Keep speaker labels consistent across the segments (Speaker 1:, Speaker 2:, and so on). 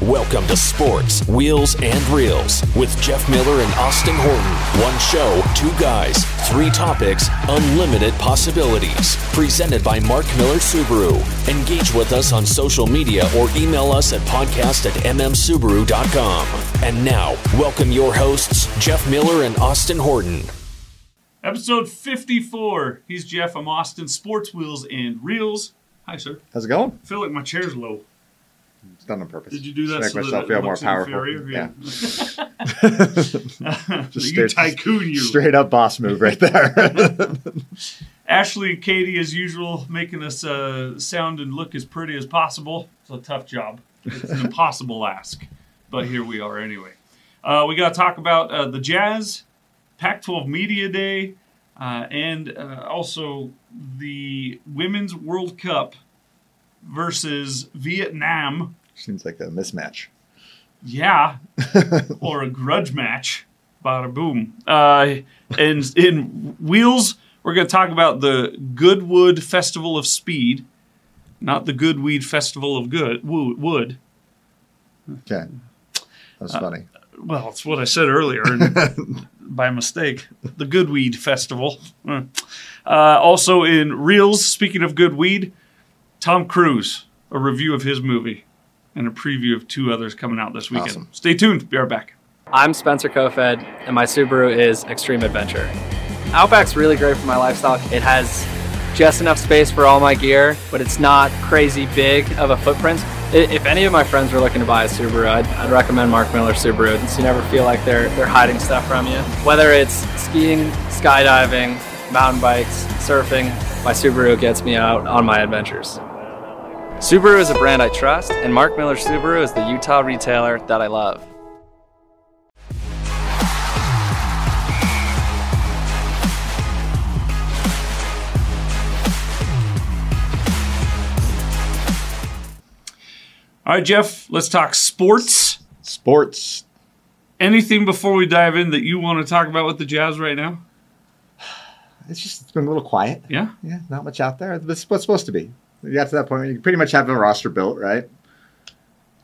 Speaker 1: Welcome to Sports, Wheels, and Reels with Jeff Miller and Austin Horton. One show, two guys, three topics, unlimited possibilities. Presented by Mark Miller Subaru. Engage with us on social media or email us at podcast at mmsubaru.com. And now, welcome your hosts, Jeff Miller and Austin Horton.
Speaker 2: Episode 54. He's Jeff. I'm Austin. Sports Wheels and Reels. Hi, sir.
Speaker 3: How's it going?
Speaker 2: I feel like my chair's low.
Speaker 3: It's done on purpose.
Speaker 2: Did you do that
Speaker 3: Just
Speaker 2: so
Speaker 3: make
Speaker 2: that
Speaker 3: myself
Speaker 2: it
Speaker 3: feel more
Speaker 2: looks
Speaker 3: powerful?
Speaker 2: inferior?
Speaker 3: Yeah. Just
Speaker 2: you
Speaker 3: straight-
Speaker 2: tycoon, you.
Speaker 3: Straight up boss move right there.
Speaker 2: Ashley, Katie, as usual, making us uh, sound and look as pretty as possible. It's a tough job. It's an impossible ask, but here we are anyway. Uh, we got to talk about uh, the Jazz, Pac-12 Media Day, uh, and uh, also the Women's World Cup versus Vietnam.
Speaker 3: Seems like a mismatch.
Speaker 2: Yeah, or a grudge match. Bada boom. Uh, and in Wheels, we're going to talk about the Goodwood Festival of Speed, not the Goodweed Festival of Good wo- Wood.
Speaker 3: Okay. That's funny.
Speaker 2: Well, it's what I said earlier and by mistake. The Goodweed Festival. Uh, also in Reels, speaking of good weed, Tom Cruise, a review of his movie and a preview of two others coming out this weekend.
Speaker 3: Awesome.
Speaker 2: Stay tuned. Be right back.
Speaker 4: I'm Spencer Kofed, and my Subaru is Extreme Adventure. Outback's really great for my lifestyle. It has just enough space for all my gear, but it's not crazy big of a footprint. I- If any of my friends were looking to buy a Subaru, I'd, I'd recommend Mark Miller Subaru, so you never feel like they're they're hiding stuff from you. Whether it's skiing, skydiving, mountain bikes, surfing, my Subaru gets me out on my adventures. Subaru is a brand I trust, and Mark Miller Subaru is the Utah retailer that I love.
Speaker 2: All right, Jeff, let's talk sports.
Speaker 3: Sports.
Speaker 2: Anything before we dive in that you want to talk about with the Jazz right now?
Speaker 3: It's just it's been a little quiet.
Speaker 2: Yeah.
Speaker 3: Yeah, not much out there. This is what's supposed to be. You got to that point where you pretty much have a roster built, right?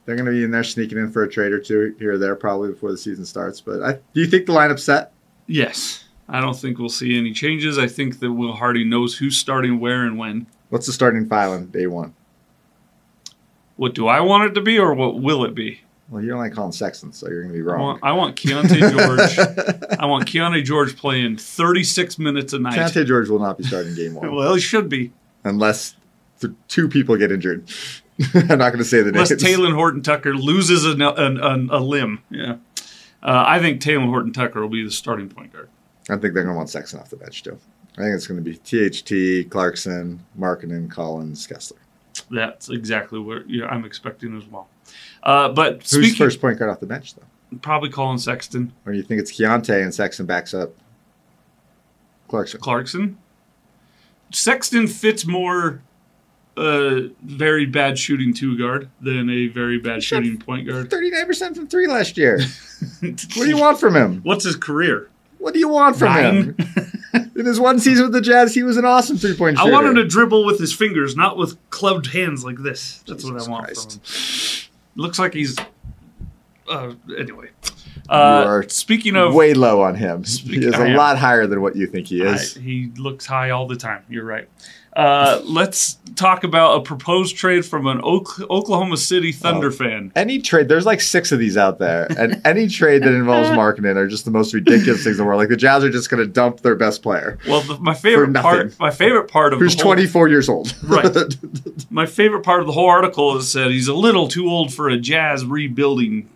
Speaker 3: They're going to be in there sneaking in for a trade or two here or there probably before the season starts. But I, do you think the lineup's set?
Speaker 2: Yes. I don't think we'll see any changes. I think that Will Hardy knows who's starting where and when.
Speaker 3: What's the starting file on day one?
Speaker 2: What do I want it to be or what will it be?
Speaker 3: Well, you don't like calling Sexton, so you're going to be
Speaker 2: I
Speaker 3: wrong.
Speaker 2: want, I want Keontae George. I want Keontae George playing 36 minutes a night.
Speaker 3: Keontae George will not be starting game one.
Speaker 2: Well, he should be.
Speaker 3: unless th- two people get injured. I'm not going to say the
Speaker 2: Unless
Speaker 3: names.
Speaker 2: Taylor Horton Tucker loses an, an, an, a limb. Yeah. Uh, I think Taylor Horton Tucker will be the starting point guard.
Speaker 3: I think they're going to want Sexton off the bench too. I think it's going to be THT, Clarkson, Markkinen, Collins, Kessler.
Speaker 2: That's exactly what you know, I'm expecting as well. Uh, but
Speaker 3: Who's
Speaker 2: speaking,
Speaker 3: first point guard off the bench though?
Speaker 2: probably Colin Sexton,
Speaker 3: Or you think it's Keontae and Sexton backs up Clarkson?
Speaker 2: Clarkson. Sexton fits more uh, very bad shooting two guard than a very bad shooting point guard.
Speaker 3: Thirty-nine percent from three last year. What do you want from him?
Speaker 2: What's his career?
Speaker 3: What do you want from
Speaker 2: Nine.
Speaker 3: him? In his one season with the Jazz, he was an awesome three-point
Speaker 2: I
Speaker 3: shooter.
Speaker 2: want him to dribble with his fingers, not with clubbed hands like this. That's what
Speaker 3: Jesus
Speaker 2: I want from him.
Speaker 3: Christ.
Speaker 2: Looks like he's. Uh, anyway,
Speaker 3: You
Speaker 2: uh,
Speaker 3: are
Speaker 2: speaking of,
Speaker 3: Way low on him. He is
Speaker 2: I
Speaker 3: a
Speaker 2: am.
Speaker 3: lot higher than what you think he is.
Speaker 2: I- he looks high all the time. You're right. Uh, let's talk about a proposed trade from an Ok- Oklahoma City Thunder fan.
Speaker 3: any trade, there's like six of these out there, and any trade that involves marketing are just the most ridiculous things in the world. Like the Jazz are just going to dump their best player,
Speaker 2: Well, the, my favorite
Speaker 3: nothing.
Speaker 2: part, my favorite part of
Speaker 3: who's
Speaker 2: the whole,
Speaker 3: 24 years old.
Speaker 2: Right. My favorite part of the whole article is that he's a little too old for a Jazz rebuilding.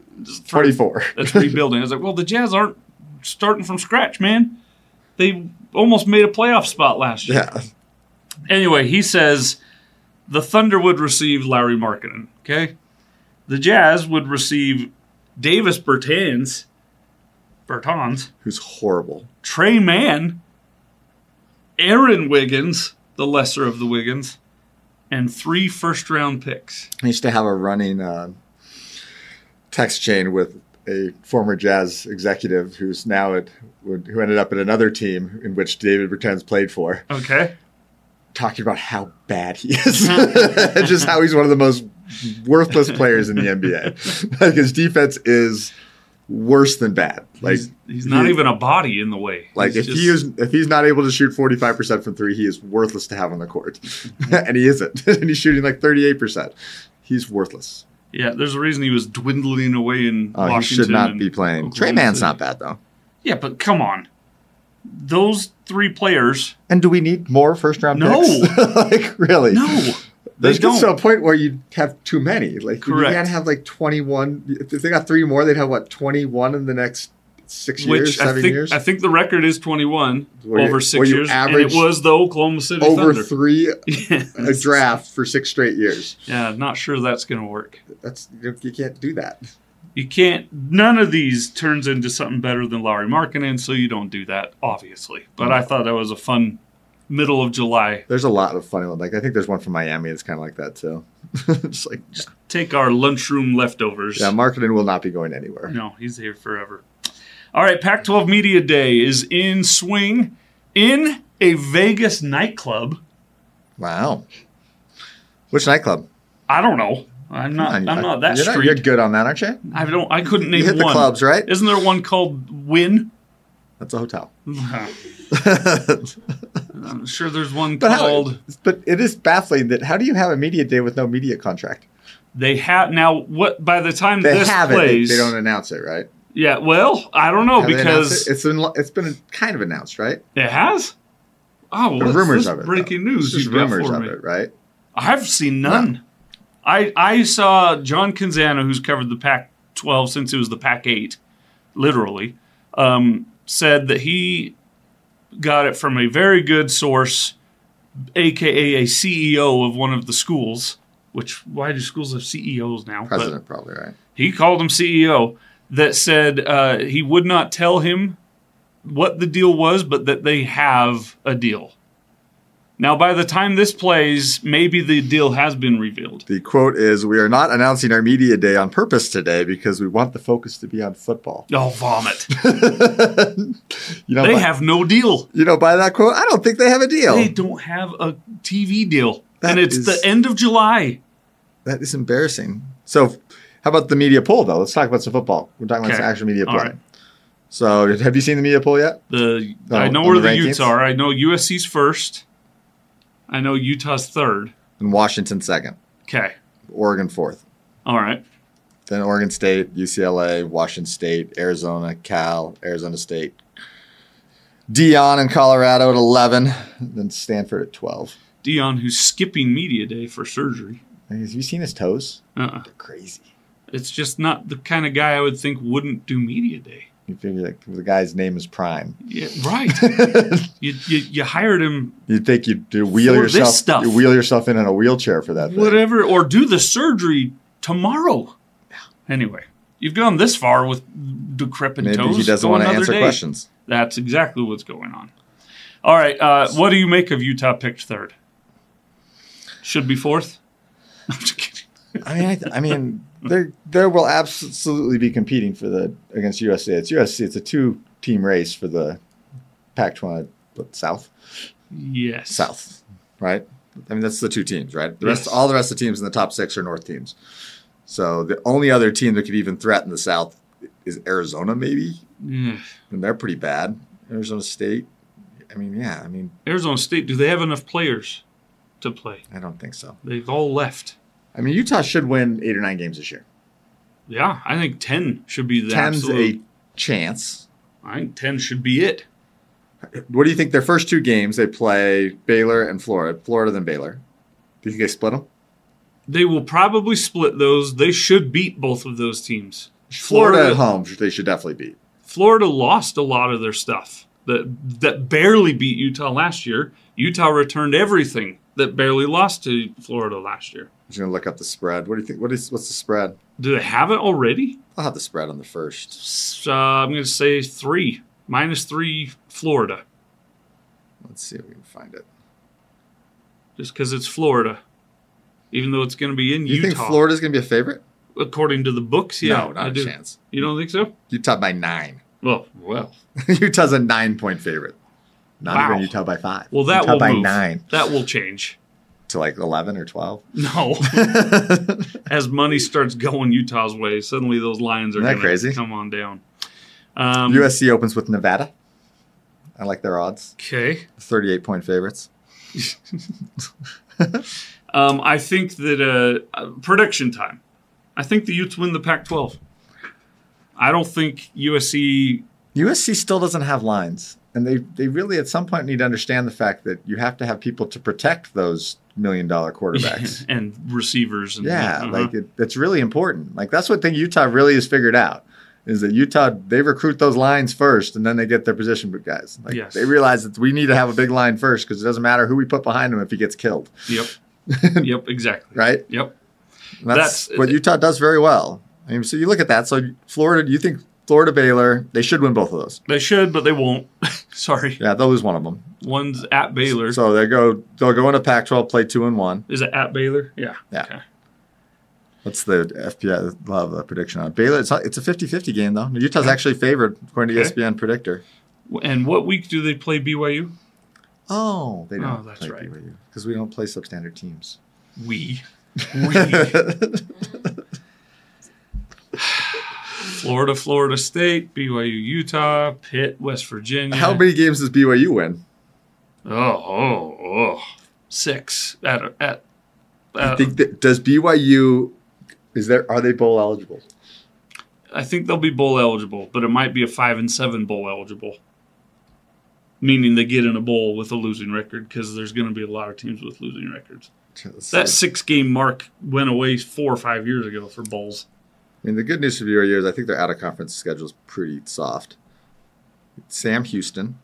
Speaker 3: 24.
Speaker 2: That's rebuilding. I was like, well, the Jazz aren't starting from scratch, man. They almost made a playoff spot last year.
Speaker 3: Yeah.
Speaker 2: Anyway, he says the Thunder would receive Larry Markkinen. Okay, the Jazz would receive Davis Bertans, Bertans,
Speaker 3: Who's horrible.
Speaker 2: Trey Mann, Aaron Wiggins, the lesser of the Wiggins, and three first-round picks.
Speaker 3: I used to have a running uh, text chain with a former Jazz executive who's now at, who ended up at another team in which David Bertans played for.
Speaker 2: Okay.
Speaker 3: talking about how bad he is, just how he's one of the most worthless players in the NBA. like his defense is worse than bad. Like
Speaker 2: he's, he's not
Speaker 3: he-
Speaker 2: even a body in the way.
Speaker 3: like
Speaker 2: He's
Speaker 3: if he is if he's not able to shoot 45% from 3, he is worthless to have on the court.
Speaker 2: Mm-hmm.
Speaker 3: and he isn't. and he's shooting like 38%. He's worthless.
Speaker 2: yeah, there's a reason he was dwindling away in
Speaker 3: Oh,
Speaker 2: Washington.
Speaker 3: he should not
Speaker 2: and
Speaker 3: be playing.
Speaker 2: Oklahoma
Speaker 3: Trey Man's
Speaker 2: City.
Speaker 3: not bad though.
Speaker 2: Yeah, but come on, those three players.
Speaker 3: And do we need more first round
Speaker 2: No.
Speaker 3: picks? like really?
Speaker 2: No, they
Speaker 3: There's
Speaker 2: don't.
Speaker 3: gets to a point where you have too many. Like
Speaker 2: Correct.
Speaker 3: you can't have like 21. If they got three more, they'd have what 21 in the next six years,
Speaker 2: Which I
Speaker 3: seven
Speaker 2: think
Speaker 3: years.
Speaker 2: I think the record is 21
Speaker 3: Where you-
Speaker 2: over
Speaker 3: where
Speaker 2: six
Speaker 3: you
Speaker 2: years, and it
Speaker 3: average
Speaker 2: was the Oklahoma City
Speaker 3: over
Speaker 2: Thunder.
Speaker 3: three
Speaker 2: yeah,
Speaker 3: a draft for six straight years.
Speaker 2: I'm not sure that's going to work.
Speaker 3: That's you, you can't do that.
Speaker 2: You can't. None of these turns into something better than Larry Markkinen, so you don't do that, obviously. But
Speaker 3: Mm.
Speaker 2: I thought that was a fun middle of July.
Speaker 3: There's a lot of funny ones. Like I think there's one from Miami that's kind of like that too. Just like
Speaker 2: Take our lunchroom leftovers.
Speaker 3: yeah, marketing will not be going anywhere.
Speaker 2: No, he's here forever. All right, Pac 12 Media Day is in swing in a Vegas nightclub.
Speaker 3: Wow. Which nightclub?
Speaker 2: I don't know. I'm not. I'm
Speaker 3: I-
Speaker 2: not that
Speaker 3: you're
Speaker 2: street.
Speaker 3: You're good on that, aren't you?
Speaker 2: I don't. I couldn't name
Speaker 3: You hit the
Speaker 2: one.
Speaker 3: clubs, right?
Speaker 2: Isn't there one called Win?
Speaker 3: That's a hotel.
Speaker 2: I'm sure there's one
Speaker 3: But
Speaker 2: called.
Speaker 3: how, but it is baffling that how do you have a media day with no media contract?
Speaker 2: They have now. What by the time
Speaker 3: They
Speaker 2: this
Speaker 3: have
Speaker 2: plays?
Speaker 3: it. They don't announce it, right?
Speaker 2: yeah. Well, I don't know
Speaker 3: Have they announced
Speaker 2: Oh, because
Speaker 3: it? it's been it's been kind of announced, right?
Speaker 2: it has. Oh,
Speaker 3: The
Speaker 2: what's
Speaker 3: rumors
Speaker 2: this
Speaker 3: of it. though.
Speaker 2: Breaking
Speaker 3: It's
Speaker 2: news.
Speaker 3: Just
Speaker 2: you've got
Speaker 3: rumors
Speaker 2: for
Speaker 3: of
Speaker 2: me?
Speaker 3: it, right?
Speaker 2: I've seen none. I I saw John Canzano, who's covered the Pac-12 since it was the Pac-8, literally, um, said that he got it from a very good source, aka a CEO of one of the schools. Which why do schools have CEOs now? But-
Speaker 3: President probably, right?
Speaker 2: he called him CEO that said uh, he would not tell him what the deal was, but that they have a deal. Now, by the time this plays, maybe the deal has been revealed.
Speaker 3: The quote is, "We are not announcing our media day on purpose today because we want the focus to be on football."
Speaker 2: Oh, vomit.
Speaker 3: You know,
Speaker 2: They
Speaker 3: by,
Speaker 2: have no deal.
Speaker 3: you know, by that quote, I don't think they have a deal.
Speaker 2: They don't have a TV deal.
Speaker 3: That
Speaker 2: and it's
Speaker 3: is-
Speaker 2: the end of July.
Speaker 3: That is embarrassing. So, how about the media poll though? Let's talk about some football. We're talking about
Speaker 2: Okay.
Speaker 3: some actual media
Speaker 2: All
Speaker 3: poll.
Speaker 2: right.
Speaker 3: So, have you seen the media poll yet?
Speaker 2: The
Speaker 3: Oh,
Speaker 2: I know
Speaker 3: on
Speaker 2: where
Speaker 3: the
Speaker 2: the, Utes
Speaker 3: rankings?
Speaker 2: are. I know USC's first. I know Utah's third.
Speaker 3: And Washington second,
Speaker 2: Okay.
Speaker 3: Oregon fourth.
Speaker 2: All right.
Speaker 3: Then Oregon State, UCLA, Washington State, Arizona, Cal, Arizona State, Dion in Colorado at 11, then Stanford at 12.
Speaker 2: Dion, who's skipping media day for surgery.
Speaker 3: Like, Have you seen his toes?
Speaker 2: Uh-uh.
Speaker 3: They're crazy.
Speaker 2: It's just not the kind of guy I would think wouldn't do media day.
Speaker 3: You figure like the guy's name is Prime.
Speaker 2: Yeah, right. you, you you hired him,
Speaker 3: You'd think you'd, you'd wheel
Speaker 2: For this
Speaker 3: yourself
Speaker 2: stuff.
Speaker 3: you wheel yourself in in a wheelchair for that. thing.
Speaker 2: whatever, or do the surgery tomorrow. Anyway, you've gone this far with decrepit
Speaker 3: Maybe
Speaker 2: toes.
Speaker 3: he doesn't
Speaker 2: Go
Speaker 3: want to
Speaker 2: another
Speaker 3: answer
Speaker 2: day.
Speaker 3: questions.
Speaker 2: That's exactly what's going on. All right, uh, what do you make of Utah picked third? Should be fourth. I'm just kidding.
Speaker 3: I mean, I, th- I mean, there there will absolutely be competing for the against USC. It's USC. It's a two team race for the Pac-12 but South.
Speaker 2: Yes.
Speaker 3: South, right? I mean, that's the two teams, right? The rest,
Speaker 2: Yes.
Speaker 3: all the rest of the teams in the top six are North teams. So the only other team that could even threaten the South is Arizona, maybe,
Speaker 2: Yeah.
Speaker 3: and they're pretty bad. Arizona State. I mean, yeah. I mean,
Speaker 2: Arizona State. Do they have enough players to play?
Speaker 3: I don't think so.
Speaker 2: They've all left.
Speaker 3: I mean, Utah should win eight or nine games this year.
Speaker 2: Yeah, I think ten should be the
Speaker 3: Ten's
Speaker 2: absolute.
Speaker 3: a chance.
Speaker 2: I think ten should be it.
Speaker 3: What do you think? Their first two games, they play Baylor and Florida. Florida then Baylor. Do you think they split them?
Speaker 2: They will probably split those. They should beat both of those teams.
Speaker 3: Florida, at home, they should definitely beat.
Speaker 2: Florida lost a lot of their stuff that that barely beat Utah last year. Utah returned everything that barely lost to Florida last year.
Speaker 3: I'm just gonna look up the spread. What do you think? What is what's the spread?
Speaker 2: Do they have it already?
Speaker 3: I'll have the spread on the first.
Speaker 2: S- Uh, I'm going to say three minus three Florida,
Speaker 3: Let's see if we can find it.
Speaker 2: just because it's Florida, even though it's going to be in
Speaker 3: You
Speaker 2: Utah.
Speaker 3: think Florida's going to be a favorite?
Speaker 2: according to the books, yeah,
Speaker 3: no, not
Speaker 2: I
Speaker 3: a
Speaker 2: do.
Speaker 3: chance.
Speaker 2: You don't think so?
Speaker 3: Utah by nine.
Speaker 2: Well, Oh, well,
Speaker 3: Utah's a nine point favorite. Not
Speaker 2: Wow.
Speaker 3: even Utah by five.
Speaker 2: Well, that
Speaker 3: Utah
Speaker 2: will
Speaker 3: by
Speaker 2: move.
Speaker 3: nine.
Speaker 2: That will change.
Speaker 3: to like 11 or 12.
Speaker 2: No. As money starts going Utah's way, suddenly those lines are
Speaker 3: Isn't that
Speaker 2: going to
Speaker 3: crazy?
Speaker 2: come on down. Um,
Speaker 3: USC opens with Nevada. I like their odds.
Speaker 2: Okay.
Speaker 3: 38 point favorites.
Speaker 2: Um, I think that uh, uh, prediction time. I think the Utes win the Pac-12. I don't think USC.
Speaker 3: USC still doesn't have lines. And they, they really, at some point, need to understand the fact that you have to have people to protect those million dollar quarterbacks.
Speaker 2: and receivers and
Speaker 3: yeah,
Speaker 2: uh-huh.
Speaker 3: like it, that's really important. Like, that's what thing Utah really has figured out is that Utah, they recruit those lines first and then they get their position group guys. Like,
Speaker 2: Yes.
Speaker 3: they realize that we need to have a big line first because it doesn't matter who we put behind him if he gets killed,
Speaker 2: yep, yep, exactly.
Speaker 3: right?
Speaker 2: Yep.
Speaker 3: And That's,
Speaker 2: That's-
Speaker 3: what Utah does very well. I mean, so you look at that. So Florida, you think Florida Baylor, they should win both of those.
Speaker 2: They should, but they won't. Sorry.
Speaker 3: Yeah, they'll lose one of them.
Speaker 2: One's at Baylor.
Speaker 3: So they go they'll go into Pac-12, play two and one.
Speaker 2: Is it at Baylor? Yeah.
Speaker 3: Yeah.
Speaker 2: Okay.
Speaker 3: That's the FPI I'll have a prediction on Baylor. It's not, it's a 50-50 game though. Utah's actually favored according to E
Speaker 2: Okay.
Speaker 3: ESPN predictor.
Speaker 2: And what week do they play BYU?
Speaker 3: Oh, they don't.
Speaker 2: Oh, that's right.
Speaker 3: Because we don't play substandard teams.
Speaker 2: We. We. Florida, Florida State, BYU, Utah, Pitt, West Virginia.
Speaker 3: How many games does BYU win?
Speaker 2: Oh, oh, oh. Six at at.
Speaker 3: I
Speaker 2: Uh,
Speaker 3: think that, does BYU is there are they bowl eligible?
Speaker 2: I think they'll be bowl eligible, but it might be a five and seven bowl eligible, meaning they get in a bowl with a losing record because there's going to be a lot of teams with losing records. That six game mark went away four or five years ago for bowls.
Speaker 3: I mean, the good news for BYU is I think their out of conference schedule is pretty soft. Sam Houston,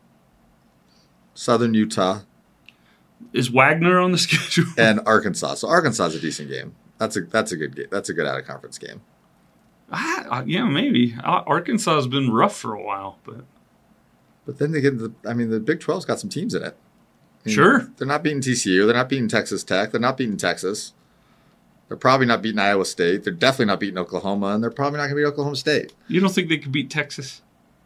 Speaker 3: Southern Utah,
Speaker 2: Is Wagner on the schedule?
Speaker 3: and Arkansas. So Arkansas is a decent game. That's a that's a good game. That's a good out of conference game.
Speaker 2: Ah, uh, yeah, maybe. Uh, Arkansas has been rough for a while, but
Speaker 3: But then they get the. I mean, the Big 12's got some teams in it. I mean,
Speaker 2: Sure.
Speaker 3: They're not beating TCU. They're not beating Texas Tech. They're not beating Texas. They're probably not beating Iowa State. They're definitely not beating Oklahoma, and they're probably not going to beat Oklahoma State.
Speaker 2: you don't think they could beat Texas?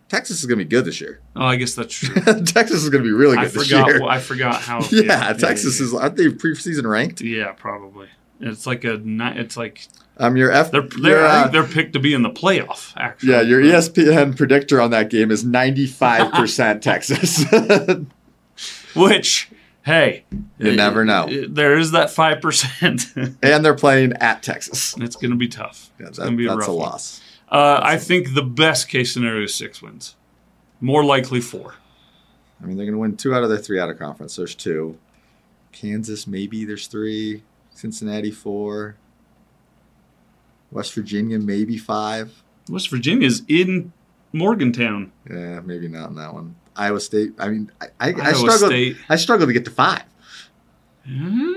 Speaker 3: Texas is going to be good this year.
Speaker 2: Oh, I guess that's true.
Speaker 3: Texas is going to be really good
Speaker 2: I
Speaker 3: this
Speaker 2: forgot.
Speaker 3: year.
Speaker 2: wh- I forgot how.
Speaker 3: yeah, Texas
Speaker 2: yeah,
Speaker 3: is. Aren't they preseason ranked?
Speaker 2: yeah. Yeah, probably. It's like a. ni- It's like
Speaker 3: Um, your F.
Speaker 2: they're
Speaker 3: your,
Speaker 2: they're I
Speaker 3: uh,
Speaker 2: think they're picked to be in the playoff. Actually,
Speaker 3: yeah, your E ESPN predictor on that game is ninety five percent Texas.
Speaker 2: Which, hey,
Speaker 3: You
Speaker 2: it-
Speaker 3: never know.
Speaker 2: it- there is that five percent.
Speaker 3: and they're playing at Texas.
Speaker 2: It's going to be tough.
Speaker 3: Yeah,
Speaker 2: it's
Speaker 3: that-
Speaker 2: going to be a
Speaker 3: that's
Speaker 2: rough
Speaker 3: a
Speaker 2: one.
Speaker 3: loss.
Speaker 2: Uh, I think the best case scenario is six wins. More likely four.
Speaker 3: I mean, they're going to win two out of their three out of conference. There's two. Kansas, maybe there's three. Cincinnati, four. West Virginia, maybe five.
Speaker 2: West Virginia's in Morgantown.
Speaker 3: Yeah, maybe not in that one. Iowa State. I mean, I, I, I
Speaker 2: Iowa
Speaker 3: struggle.
Speaker 2: State.
Speaker 3: I struggle to get to five.
Speaker 2: Mm,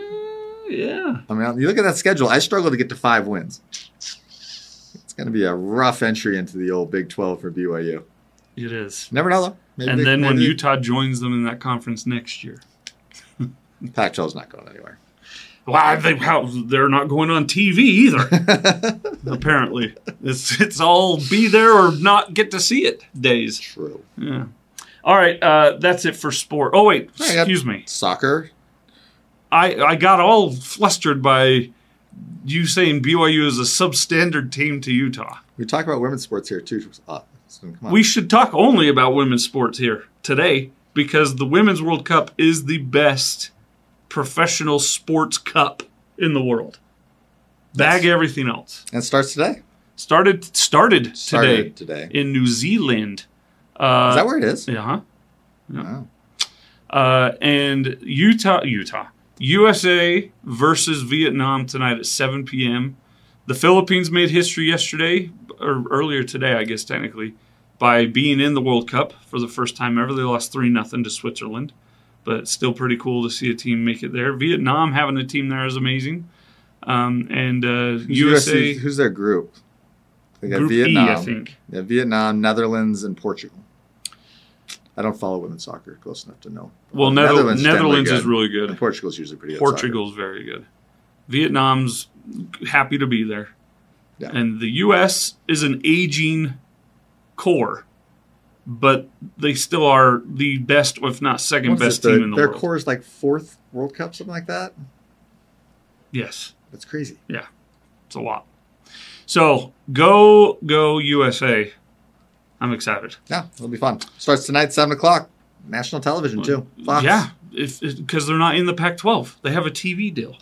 Speaker 2: Yeah.
Speaker 3: I mean, you look at that schedule. I struggle to get to five wins. It's going to be a rough entry into the old Big 12 for BYU.
Speaker 2: It is.
Speaker 3: Never know though. Maybe
Speaker 2: And
Speaker 3: they-
Speaker 2: then when
Speaker 3: maybe
Speaker 2: Utah joins them in that conference next year.
Speaker 3: they- Pac-12's not going anywhere.
Speaker 2: Why they how they're not going on TV either. Apparently. It's it's all be there or not get to see it days.
Speaker 3: True.
Speaker 2: Yeah. All right, uh, that's it for sport. Oh wait,
Speaker 3: I got-
Speaker 2: excuse me.
Speaker 3: Soccer.
Speaker 2: I, I got all flustered by you saying BYU is a substandard team to Utah.
Speaker 3: We talk about women's sports here too. Uh, so come on.
Speaker 2: We should talk only about women's sports here today because the Women's World Cup is the best professional sports cup in the world. Bag everything else.
Speaker 3: and it starts today.
Speaker 2: Started started today
Speaker 3: Started today.
Speaker 2: in New Zealand. Uh-huh. Uh,
Speaker 3: Is that where it is?
Speaker 2: Yeah. huh?
Speaker 3: Wow.
Speaker 2: Uh, and Utah, Utah, USA versus Vietnam tonight at 7 p.m. The Philippines made history yesterday, or earlier today, I guess technically, by being in the World Cup for the first time ever. They lost three nothing to Switzerland, but it's still pretty cool to see a team make it there. Vietnam having a team there is amazing. Um, and uh,
Speaker 3: Who's
Speaker 2: USA,
Speaker 3: USC who's their group? They got
Speaker 2: Group E, I
Speaker 3: Vietnam.
Speaker 2: think.
Speaker 3: Yeah, Vietnam, Netherlands, and Portugal. I don't follow women's soccer close enough to know.
Speaker 2: well, Nether- Netherlands,
Speaker 3: Netherlands generally
Speaker 2: is
Speaker 3: good.
Speaker 2: really
Speaker 3: And
Speaker 2: good.
Speaker 3: Portugal's usually pretty good. at soccer.
Speaker 2: Portugal's very good. Vietnam's happy to be there.
Speaker 3: Yeah.
Speaker 2: And the US is an aging core, but they still are the best, if not second
Speaker 3: What's
Speaker 2: best
Speaker 3: it, the-
Speaker 2: team in the
Speaker 3: their
Speaker 2: world.
Speaker 3: core is like fourth World Cup, something like that.
Speaker 2: Yes.
Speaker 3: That's crazy.
Speaker 2: Yeah, it's a lot. So go, go USA. I'm excited.
Speaker 3: Yeah, it'll be fun. Starts tonight, seven o'clock. National television too. Fox.
Speaker 2: Yeah, if because they're not in the Pac-12, they have a TV deal.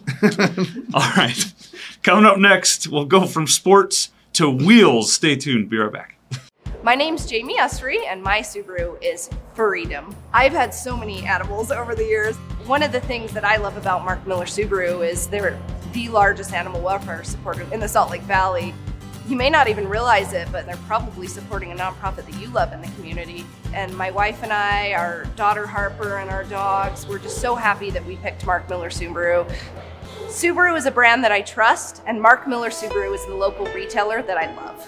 Speaker 2: All right, coming up next, we'll go from sports to wheels. Stay tuned. Be right back.
Speaker 5: My name's Jamie Essery, and my Subaru is Furrydom. I've had so many animals over the years. One of the things that I love about Mark Miller Subaru is they're the largest animal welfare supporter in the Salt Lake Valley. You may not even realize it, but they're probably supporting a nonprofit that you love in the community. And my wife and I, our daughter Harper, and our dogs, we're just so happy that we picked Mark Miller Subaru. Subaru is a brand that I trust, and Mark Miller Subaru is the local retailer that I love.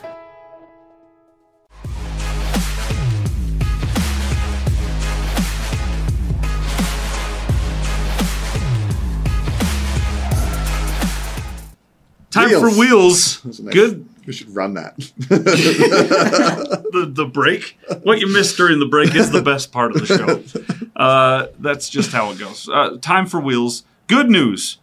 Speaker 2: Time for wheels.
Speaker 3: That's a nice-
Speaker 2: Good.
Speaker 3: We should run that.
Speaker 2: The, the break. What you missed during the break is the best part of the show. Uh, that's just how it goes. Uh, time for wheels. Good news.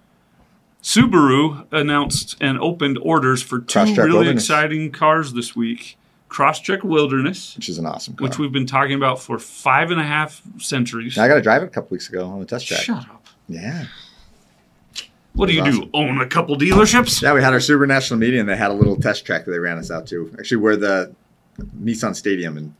Speaker 2: Subaru announced and opened orders for two
Speaker 3: Crosstrek
Speaker 2: really
Speaker 3: Wilderness.
Speaker 2: exciting cars this week. Crosscheck Wilderness,
Speaker 3: Which is an awesome car.
Speaker 2: which we've been talking about for five and a half centuries.
Speaker 3: I got to drive it a couple weeks ago on the test track.
Speaker 2: Shut up.
Speaker 3: Yeah.
Speaker 2: What do you
Speaker 3: That's
Speaker 2: do? Own a couple dealerships?
Speaker 3: Yeah, we had our Super National Media and they had a little test track that they ran us out to. Actually, where the Nissan Stadium in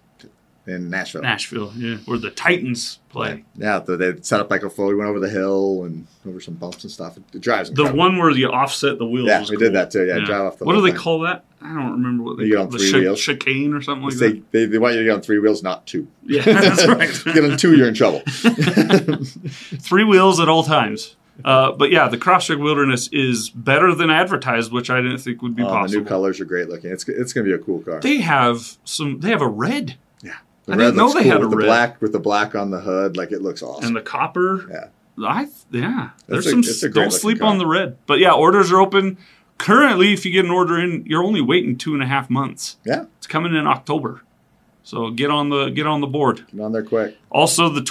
Speaker 3: in Nashville.
Speaker 2: Nashville, yeah, where the Titans play.
Speaker 3: Yeah, so they set up like a flow. We went over the hill and over some bumps and stuff. It, drives
Speaker 2: The
Speaker 3: incredible.
Speaker 2: one where you offset the wheels.
Speaker 3: Yeah,
Speaker 2: was
Speaker 3: we did
Speaker 2: cool.
Speaker 3: that too. Yeah, drive off the
Speaker 2: What do
Speaker 3: whole
Speaker 2: they
Speaker 3: thing.
Speaker 2: call that? I don't remember what they
Speaker 3: You get
Speaker 2: call
Speaker 3: on
Speaker 2: the
Speaker 3: three wheels.
Speaker 2: chicane or something like
Speaker 3: They,
Speaker 2: that.
Speaker 3: they, they want you to get on three wheels, not two.
Speaker 2: Yeah, that's
Speaker 3: If you
Speaker 2: right.
Speaker 3: get on two, you're in trouble.
Speaker 2: three wheels at all times. Uh, but yeah, the Crosscheck Wilderness is better than advertised, which I didn't think would be
Speaker 3: Oh, the
Speaker 2: possible.
Speaker 3: new colors are great looking. It's it's gonna be a cool car.
Speaker 2: They have some. They have a red
Speaker 3: yeah,
Speaker 2: I
Speaker 3: the
Speaker 2: didn't know they had a
Speaker 3: with the
Speaker 2: red.
Speaker 3: black with the black on the hood. Like it looks awesome.
Speaker 2: and the copper.
Speaker 3: Yeah.
Speaker 2: I yeah. There's
Speaker 3: a-
Speaker 2: some.
Speaker 3: it's a great
Speaker 2: don't
Speaker 3: looking
Speaker 2: sleep
Speaker 3: car.
Speaker 2: on the red. But yeah, orders are open. Currently, if you get an order in, you're only waiting two and a half months.
Speaker 3: yeah,
Speaker 2: It's coming in October, so get on the get on the board.
Speaker 3: get on there quick.
Speaker 2: Also, the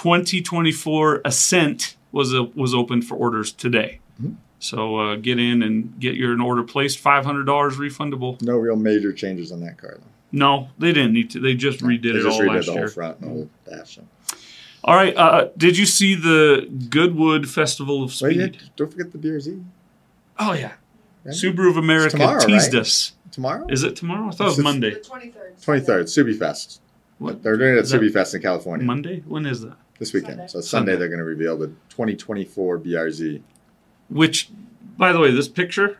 Speaker 2: 2024 Ascent was a, was open for orders today.
Speaker 3: Mm-hmm.
Speaker 2: So uh, get in and get your an order placed. Five hundred dollars refundable.
Speaker 3: No real major changes on that car. Though.
Speaker 2: No, they didn't need to. They just redid
Speaker 3: They
Speaker 2: it
Speaker 3: just
Speaker 2: all
Speaker 3: redid
Speaker 2: last
Speaker 3: the whole
Speaker 2: year.
Speaker 3: front and the whole dash. So.
Speaker 2: All right. Uh, did you see the Goodwood Festival of
Speaker 3: Wait,
Speaker 2: Speed?
Speaker 3: Oh, yeah, don't forget the BRZ
Speaker 2: Oh yeah.
Speaker 3: Right?
Speaker 2: Subaru of America
Speaker 3: tomorrow,
Speaker 2: teased
Speaker 3: right?
Speaker 2: us.
Speaker 3: tomorrow.
Speaker 2: Is it tomorrow? I thought
Speaker 3: It's-
Speaker 2: it was
Speaker 3: it's-
Speaker 2: Monday.
Speaker 5: 23rd.
Speaker 3: twenty third Subi Fest.
Speaker 2: What?
Speaker 3: They're doing it at
Speaker 2: Is that-
Speaker 3: Subi Fest in California
Speaker 2: Monday? When is that?
Speaker 3: this weekend. So Sunday,
Speaker 2: Sunday.
Speaker 3: they're going to reveal the 2024 BRZ.
Speaker 2: Which, by the way, this picture,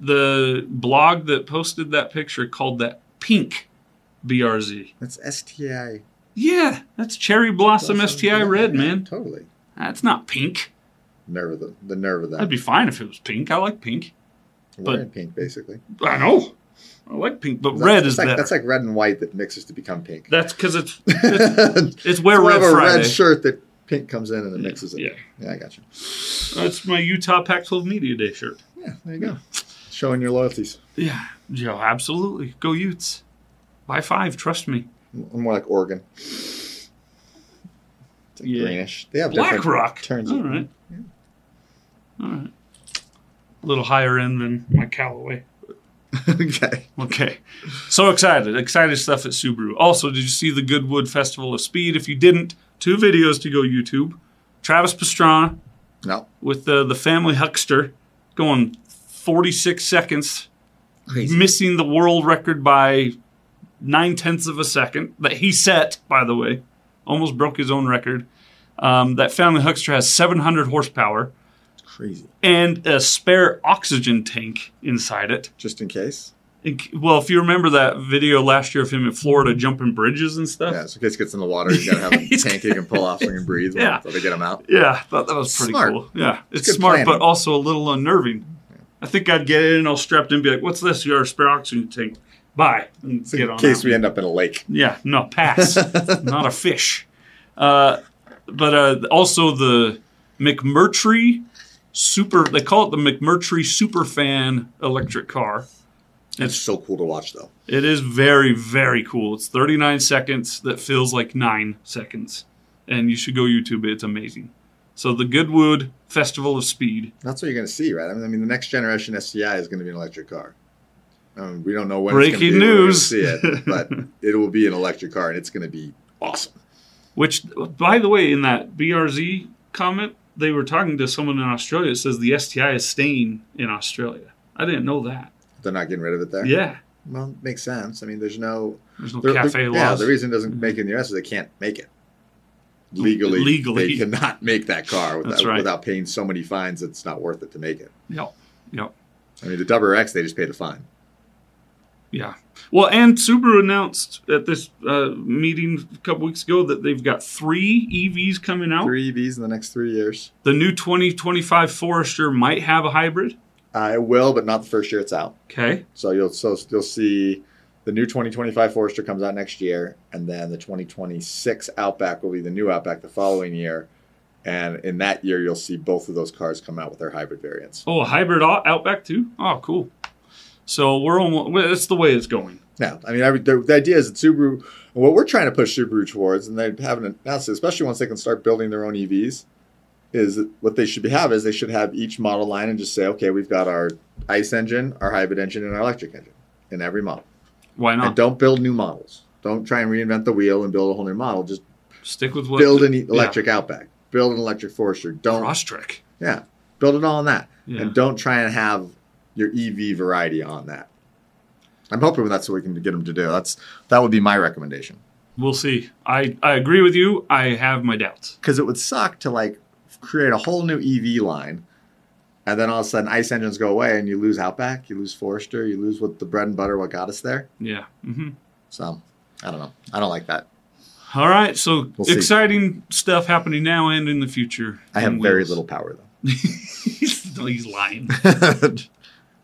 Speaker 2: the blog that posted that picture called that pink BRZ.
Speaker 3: That's STI
Speaker 2: Yeah, that's cherry blossom
Speaker 3: Blossom,
Speaker 2: STI
Speaker 3: yeah,
Speaker 2: red,
Speaker 3: yeah,
Speaker 2: man.
Speaker 3: Totally
Speaker 2: That's not pink.
Speaker 3: nerve of the, the nerve of that.
Speaker 2: I'd be fine if it was pink. I like pink.
Speaker 3: We're in
Speaker 2: but-
Speaker 3: pink basically.
Speaker 2: I know. I like pink, but
Speaker 3: That's-
Speaker 2: red
Speaker 3: that's
Speaker 2: is
Speaker 3: like,
Speaker 2: better.
Speaker 3: That's like red and white that mixes to become pink.
Speaker 2: That's because it's it's,
Speaker 3: it's
Speaker 2: it's where
Speaker 3: more
Speaker 2: red
Speaker 3: of a
Speaker 2: Friday.
Speaker 3: red shirt that pink comes in and it mixes it.
Speaker 2: yeah.
Speaker 3: yeah, I got you.
Speaker 2: That's my Utah Pac-12 Media Day shirt.
Speaker 3: Yeah, there you go. Showing your loyalties.
Speaker 2: Yeah, yeah, absolutely. Go Utes. By five, trust me.
Speaker 3: I'm more like Oregon. It's like
Speaker 2: Yeah.
Speaker 3: greenish. They have different
Speaker 2: BlackRock.
Speaker 3: turns.
Speaker 2: All right. All right. A little higher end than my Callaway.
Speaker 3: okay.
Speaker 2: Okay. So excited. Excited stuff at Subaru. Also, did you see the Goodwood Festival of Speed? If you didn't, two videos to go YouTube. Travis Pastrana
Speaker 3: No.
Speaker 2: with the, the family huckster going 46 seconds,
Speaker 3: Crazy.
Speaker 2: missing the world record by nine tenths of a second that he set, by the way. Almost broke his own record. Um, that family huckster has 700 horsepower
Speaker 3: Crazy.
Speaker 2: and a spare oxygen tank inside it.
Speaker 3: Just in case.
Speaker 2: In c- Well, if you remember that video last year of him in Florida jumping bridges and stuff.
Speaker 3: Yeah, so in case it gets in the water, you gotta have a
Speaker 2: He's-
Speaker 3: tank you can pull off so you can breathe
Speaker 2: Yeah.
Speaker 3: until they get them out.
Speaker 2: Yeah, I thought that was pretty
Speaker 3: Smart.
Speaker 2: cool. Yeah, it's
Speaker 3: good
Speaker 2: smart, but
Speaker 3: planning.
Speaker 2: also a little unnerving. I think I'd get in all strapped in and be like, what's this? Your spare oxygen tank. Bye. And
Speaker 3: So
Speaker 2: get
Speaker 3: in
Speaker 2: on
Speaker 3: case
Speaker 2: out.
Speaker 3: we end up in a lake.
Speaker 2: Yeah, no, pass. Not a fish. Uh, but uh, also the McMurtry Super, they call it the McMurtry Superfan electric car.
Speaker 3: It's so cool to watch though.
Speaker 2: It is very, very cool. It's 39 seconds that feels like nine seconds. And you should go YouTube it. It's amazing. So the Goodwood Festival of Speed.
Speaker 3: That's what you're going to see, right? I mean, I mean, the next generation SCI is going to be an electric car. Um, we don't know when it's
Speaker 2: Breaking
Speaker 3: gonna be, we're gonna
Speaker 2: news.
Speaker 3: see it, but it will be an electric car, and it's going to be awesome.
Speaker 2: Which, by the way, in that BRZ comment, they were talking to someone in Australia. It says the STI is staying in Australia. I didn't know that.
Speaker 3: They're not getting rid of it there.
Speaker 2: Yeah,
Speaker 3: well, it makes sense. I mean, there's no
Speaker 2: there's no
Speaker 3: there- there-
Speaker 2: cafe
Speaker 3: Yeah,
Speaker 2: laws.
Speaker 3: the reason it doesn't make it in the U.S. is they can't make it legally.
Speaker 2: Legally.
Speaker 3: they cannot make that car without,
Speaker 2: That's right.
Speaker 3: without paying so many fines. It's not worth it to make it.
Speaker 2: Yep. Yep.
Speaker 3: I mean, the WRX they just paid a fine.
Speaker 2: Yeah. Well, and Subaru announced at this uh, meeting a couple weeks ago that they've got three EVs coming out.
Speaker 3: Three EVs in the next three years.
Speaker 2: The new 2025 Forester might have a hybrid.
Speaker 3: I Uh, will, but not the first year it's out.
Speaker 2: Okay.
Speaker 3: So you'll so you'll see the new 2025 Forester comes out next year, and then the 2026 Outback will be the new Outback the following year. And in that year, you'll see both of those cars come out with their hybrid variants.
Speaker 2: Oh, a hybrid out- Outback too. Oh, cool. So we're on. well, That's the way it's going.
Speaker 3: Now, I mean, I, the, the idea is that Subaru, what we're trying to push Subaru towards, and they haven't announced it, especially once they can start building their own EVs, is that what they should be have is they should have each model line and just say, okay, we've got our ICE engine, our hybrid engine, and our electric engine in every model.
Speaker 2: Why
Speaker 3: And
Speaker 2: not?
Speaker 3: don't build new models. Don't try and reinvent the wheel and build a whole new model. Just
Speaker 2: Stick with what
Speaker 3: build
Speaker 2: the-
Speaker 3: an e-
Speaker 2: yeah.
Speaker 3: electric Outback. Build an electric Forester. Don't
Speaker 2: Crosstrek.
Speaker 3: yeah. Build it all on that,
Speaker 2: Yeah.
Speaker 3: and don't try and have your EV variety on that. I'm hoping that's what we can get them to do. That's that would be my recommendation
Speaker 2: We'll see. I, I agree with you. I have my doubts.
Speaker 3: because it would suck to like create a whole new EV line, and then all of a sudden ICE engines go away, and you lose Outback, you lose Forester, you lose what the bread and butter what got us there.
Speaker 2: Yeah. hmm
Speaker 3: So I don't know. I don't like that.
Speaker 2: All right. So
Speaker 3: We'll see.
Speaker 2: exciting stuff happening now and in the future.
Speaker 3: I have
Speaker 2: in
Speaker 3: very
Speaker 2: Wheels.
Speaker 3: little power
Speaker 2: no, he's lying.
Speaker 3: though.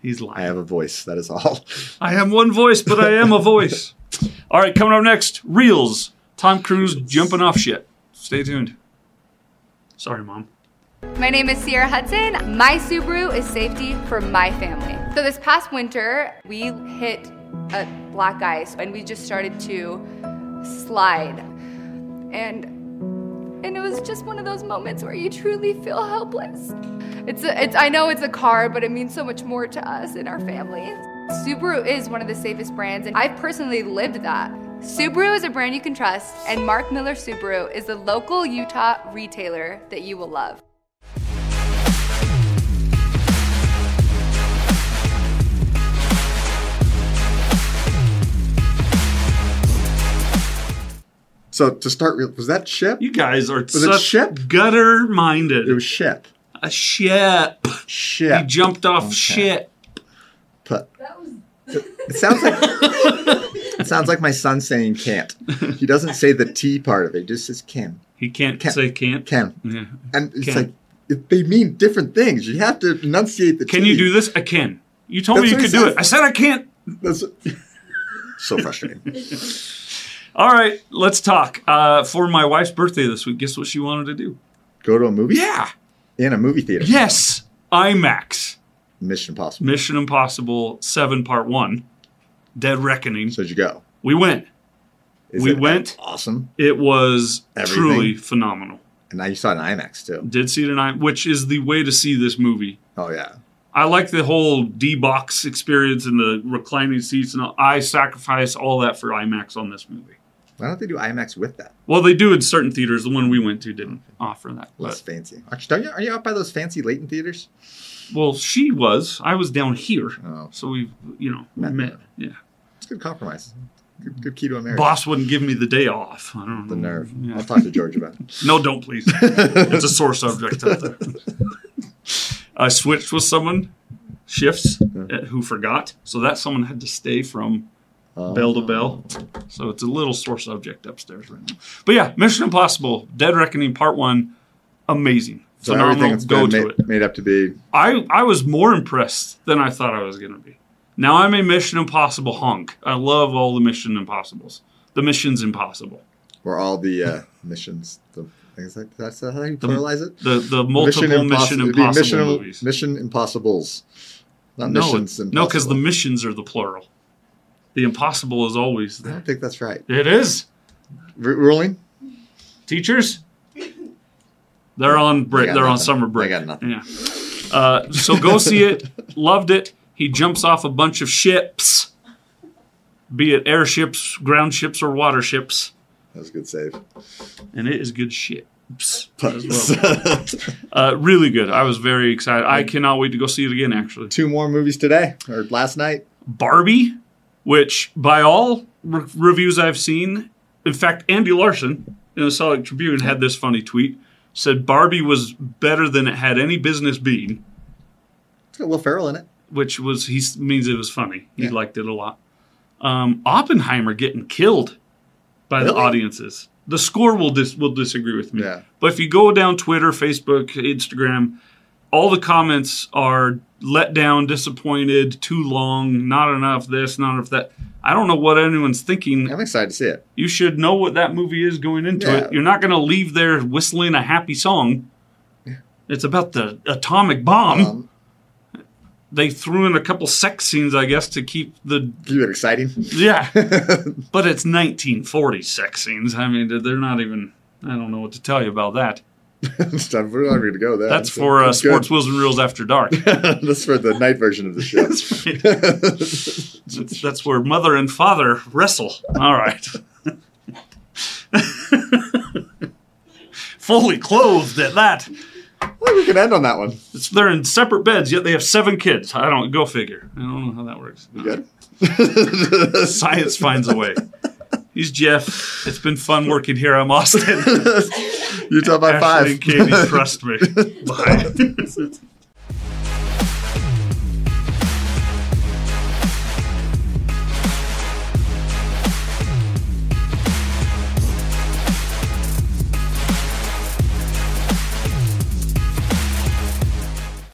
Speaker 2: He's
Speaker 3: I
Speaker 2: lying.
Speaker 3: have a voice. That is all.
Speaker 2: I have one voice, but I am a voice. All right, coming up next, reels. Tom Cruise jumping off shit. Stay tuned. Sorry, mom.
Speaker 6: My name is Sierra Hudson. My Subaru is safety for my family. So this past winter, we hit a black ice and we just started to slide. And and it was just one of those moments where you truly feel helpless. It's a, it's I know it's a car, but it means so much more to us and our family. Subaru is one of the safest brands and I've personally lived that. Subaru is a brand you can trust and Mark Miller Subaru is the local Utah retailer that you will love.
Speaker 3: So to start, with- was that ship?
Speaker 2: You guys are
Speaker 3: it
Speaker 2: such
Speaker 3: ship?
Speaker 2: gutter
Speaker 3: It
Speaker 2: minded.
Speaker 3: was ship.
Speaker 2: A ship. He
Speaker 3: Ship.
Speaker 2: jumped off shit.
Speaker 3: Put. It sounds like it sounds like my son saying can't. He doesn't say the T part of it. He just says can,
Speaker 2: He can't
Speaker 3: Can-
Speaker 2: say can't.
Speaker 3: can,
Speaker 2: Yeah.
Speaker 3: and it's
Speaker 2: Can.
Speaker 3: like if they mean different things. You have to enunciate the.
Speaker 2: Can you do this? I can. You told
Speaker 3: That's
Speaker 2: me you
Speaker 3: what he
Speaker 2: could do
Speaker 3: says.
Speaker 2: it. I said I can't.
Speaker 3: this? so frustrating.
Speaker 2: All right, let's talk. Uh, for my wife's birthday this week, guess what she wanted to do?
Speaker 3: Go to a movie.
Speaker 2: Yeah.
Speaker 3: In a movie theater.
Speaker 2: Yes. IMAX.
Speaker 3: Mission Impossible.
Speaker 2: Mission Impossible 7 Part 1. Dead Reckoning.
Speaker 3: So did you go?
Speaker 2: We went.
Speaker 3: Is
Speaker 2: We
Speaker 3: it
Speaker 2: went.
Speaker 3: Awesome.
Speaker 2: It was
Speaker 3: Everything.
Speaker 2: truly phenomenal.
Speaker 3: And now you saw it in IMAX too.
Speaker 2: Did see it tonight, which is the way to see this movie.
Speaker 3: Oh yeah.
Speaker 2: I like the whole D box experience and the reclining seats, and all. I sacrifice all that for IMAX on this movie.
Speaker 3: Why don't they do IMAX with that?
Speaker 2: Well, they do in certain theaters. The one we went to didn't offer that.
Speaker 3: Less
Speaker 2: But,
Speaker 3: fancy. Actually, don't you, are you out by those fancy Leighton theaters?
Speaker 2: well, she was. I was down here,
Speaker 3: Oh.
Speaker 2: so we, you know,
Speaker 3: Met.
Speaker 2: met. Yeah,
Speaker 3: It's a good compromise. Good, good key to America.
Speaker 2: boss wouldn't give me the day off. I don't know
Speaker 3: The nerve.
Speaker 2: Yeah.
Speaker 3: I'll talk to George about it.
Speaker 2: No, don't please. it's a sore subject out there. I switched with someone, shifts, uh, who forgot. So that someone had to stay from
Speaker 3: Oh.
Speaker 2: bell to bell. So it's a little sore subject upstairs right now. But yeah, Mission Impossible, Dead Reckoning Part 1, amazing.
Speaker 3: So
Speaker 2: Phenomenal.
Speaker 3: everything that's
Speaker 2: Go
Speaker 3: been
Speaker 2: to
Speaker 3: made,
Speaker 2: it.
Speaker 3: made up to be.
Speaker 2: I, I was more impressed than I thought I was going to be. Now I'm a Mission Impossible honk. I love all the Mission Impossibles. The mission's impossible.
Speaker 3: Or all the uh, missions. The things like that's how you pluralize it.
Speaker 2: The the multiple Mission,
Speaker 3: Impossi- it'd be
Speaker 2: Impossible
Speaker 3: mission,
Speaker 2: movies.
Speaker 3: Mission Impossibles. Not
Speaker 2: No,
Speaker 3: missions.
Speaker 2: it- no, because the
Speaker 3: Impossible.
Speaker 2: missions are the plural. The impossible is always
Speaker 3: I
Speaker 2: there.
Speaker 3: don't think that's right.
Speaker 2: It is.
Speaker 3: R- ruling.
Speaker 2: Teachers, They're on break.
Speaker 3: got
Speaker 2: They're on
Speaker 3: nothing.
Speaker 2: summer
Speaker 3: They
Speaker 2: break.
Speaker 3: got nothing.
Speaker 2: Yeah. Uh, so go see it. Loved it. He jumps off a bunch of ships, be it airships, ground ships, or water ships,
Speaker 3: That was a good save.
Speaker 2: and it is good shit. Psst.
Speaker 3: Puns.
Speaker 2: Uh, really good. I was very excited. I cannot wait to go see it again. Actually,
Speaker 3: Two more movies today or last night.
Speaker 2: Barbie, which by all re- reviews I've seen, in fact, Andy Larson in the Salt Lake Tribune had this funny tweet. Said Barbie was better than it had any business being.
Speaker 3: It's got Will Ferrell in it.
Speaker 2: which was he s- means it was funny. He liked it a lot. Um, Oppenheimer getting killed by the
Speaker 3: Really?
Speaker 2: audiences. The score will dis- will disagree with me.
Speaker 3: Yeah.
Speaker 2: But if you go down Twitter, Facebook, Instagram, all the comments are let down, disappointed, too long, not enough this, not enough that. I don't know what anyone's thinking.
Speaker 3: I'm excited to see it.
Speaker 2: You should know what that movie is going into
Speaker 3: Yeah.
Speaker 2: it. You're not going to leave there whistling a happy song. It's about the atomic bomb
Speaker 3: Um,
Speaker 2: they threw in a couple sex scenes, I guess, to keep the
Speaker 3: keep it exciting.
Speaker 2: yeah. but it's 1940 sex scenes. I mean, they're not even. I don't know what to tell you about that.
Speaker 3: it's time for I'm to go there.
Speaker 2: That's for uh,
Speaker 3: That's good.
Speaker 2: sports wheels and reels after dark.
Speaker 3: That's for the night version of the show.
Speaker 2: That's- That's where mother and father wrestle. All right. Fully clothed at that.
Speaker 3: Well, we can end on that one.
Speaker 2: It's, they're in separate beds, yet they have seven kids. I don't go figure. I don't know how that works.
Speaker 3: Good.
Speaker 2: Science finds a way. He's Jeff. It's been fun working here. I'm Austin.
Speaker 3: Utah by
Speaker 2: Ashley and
Speaker 3: five.
Speaker 2: Katie, trust me. Bye.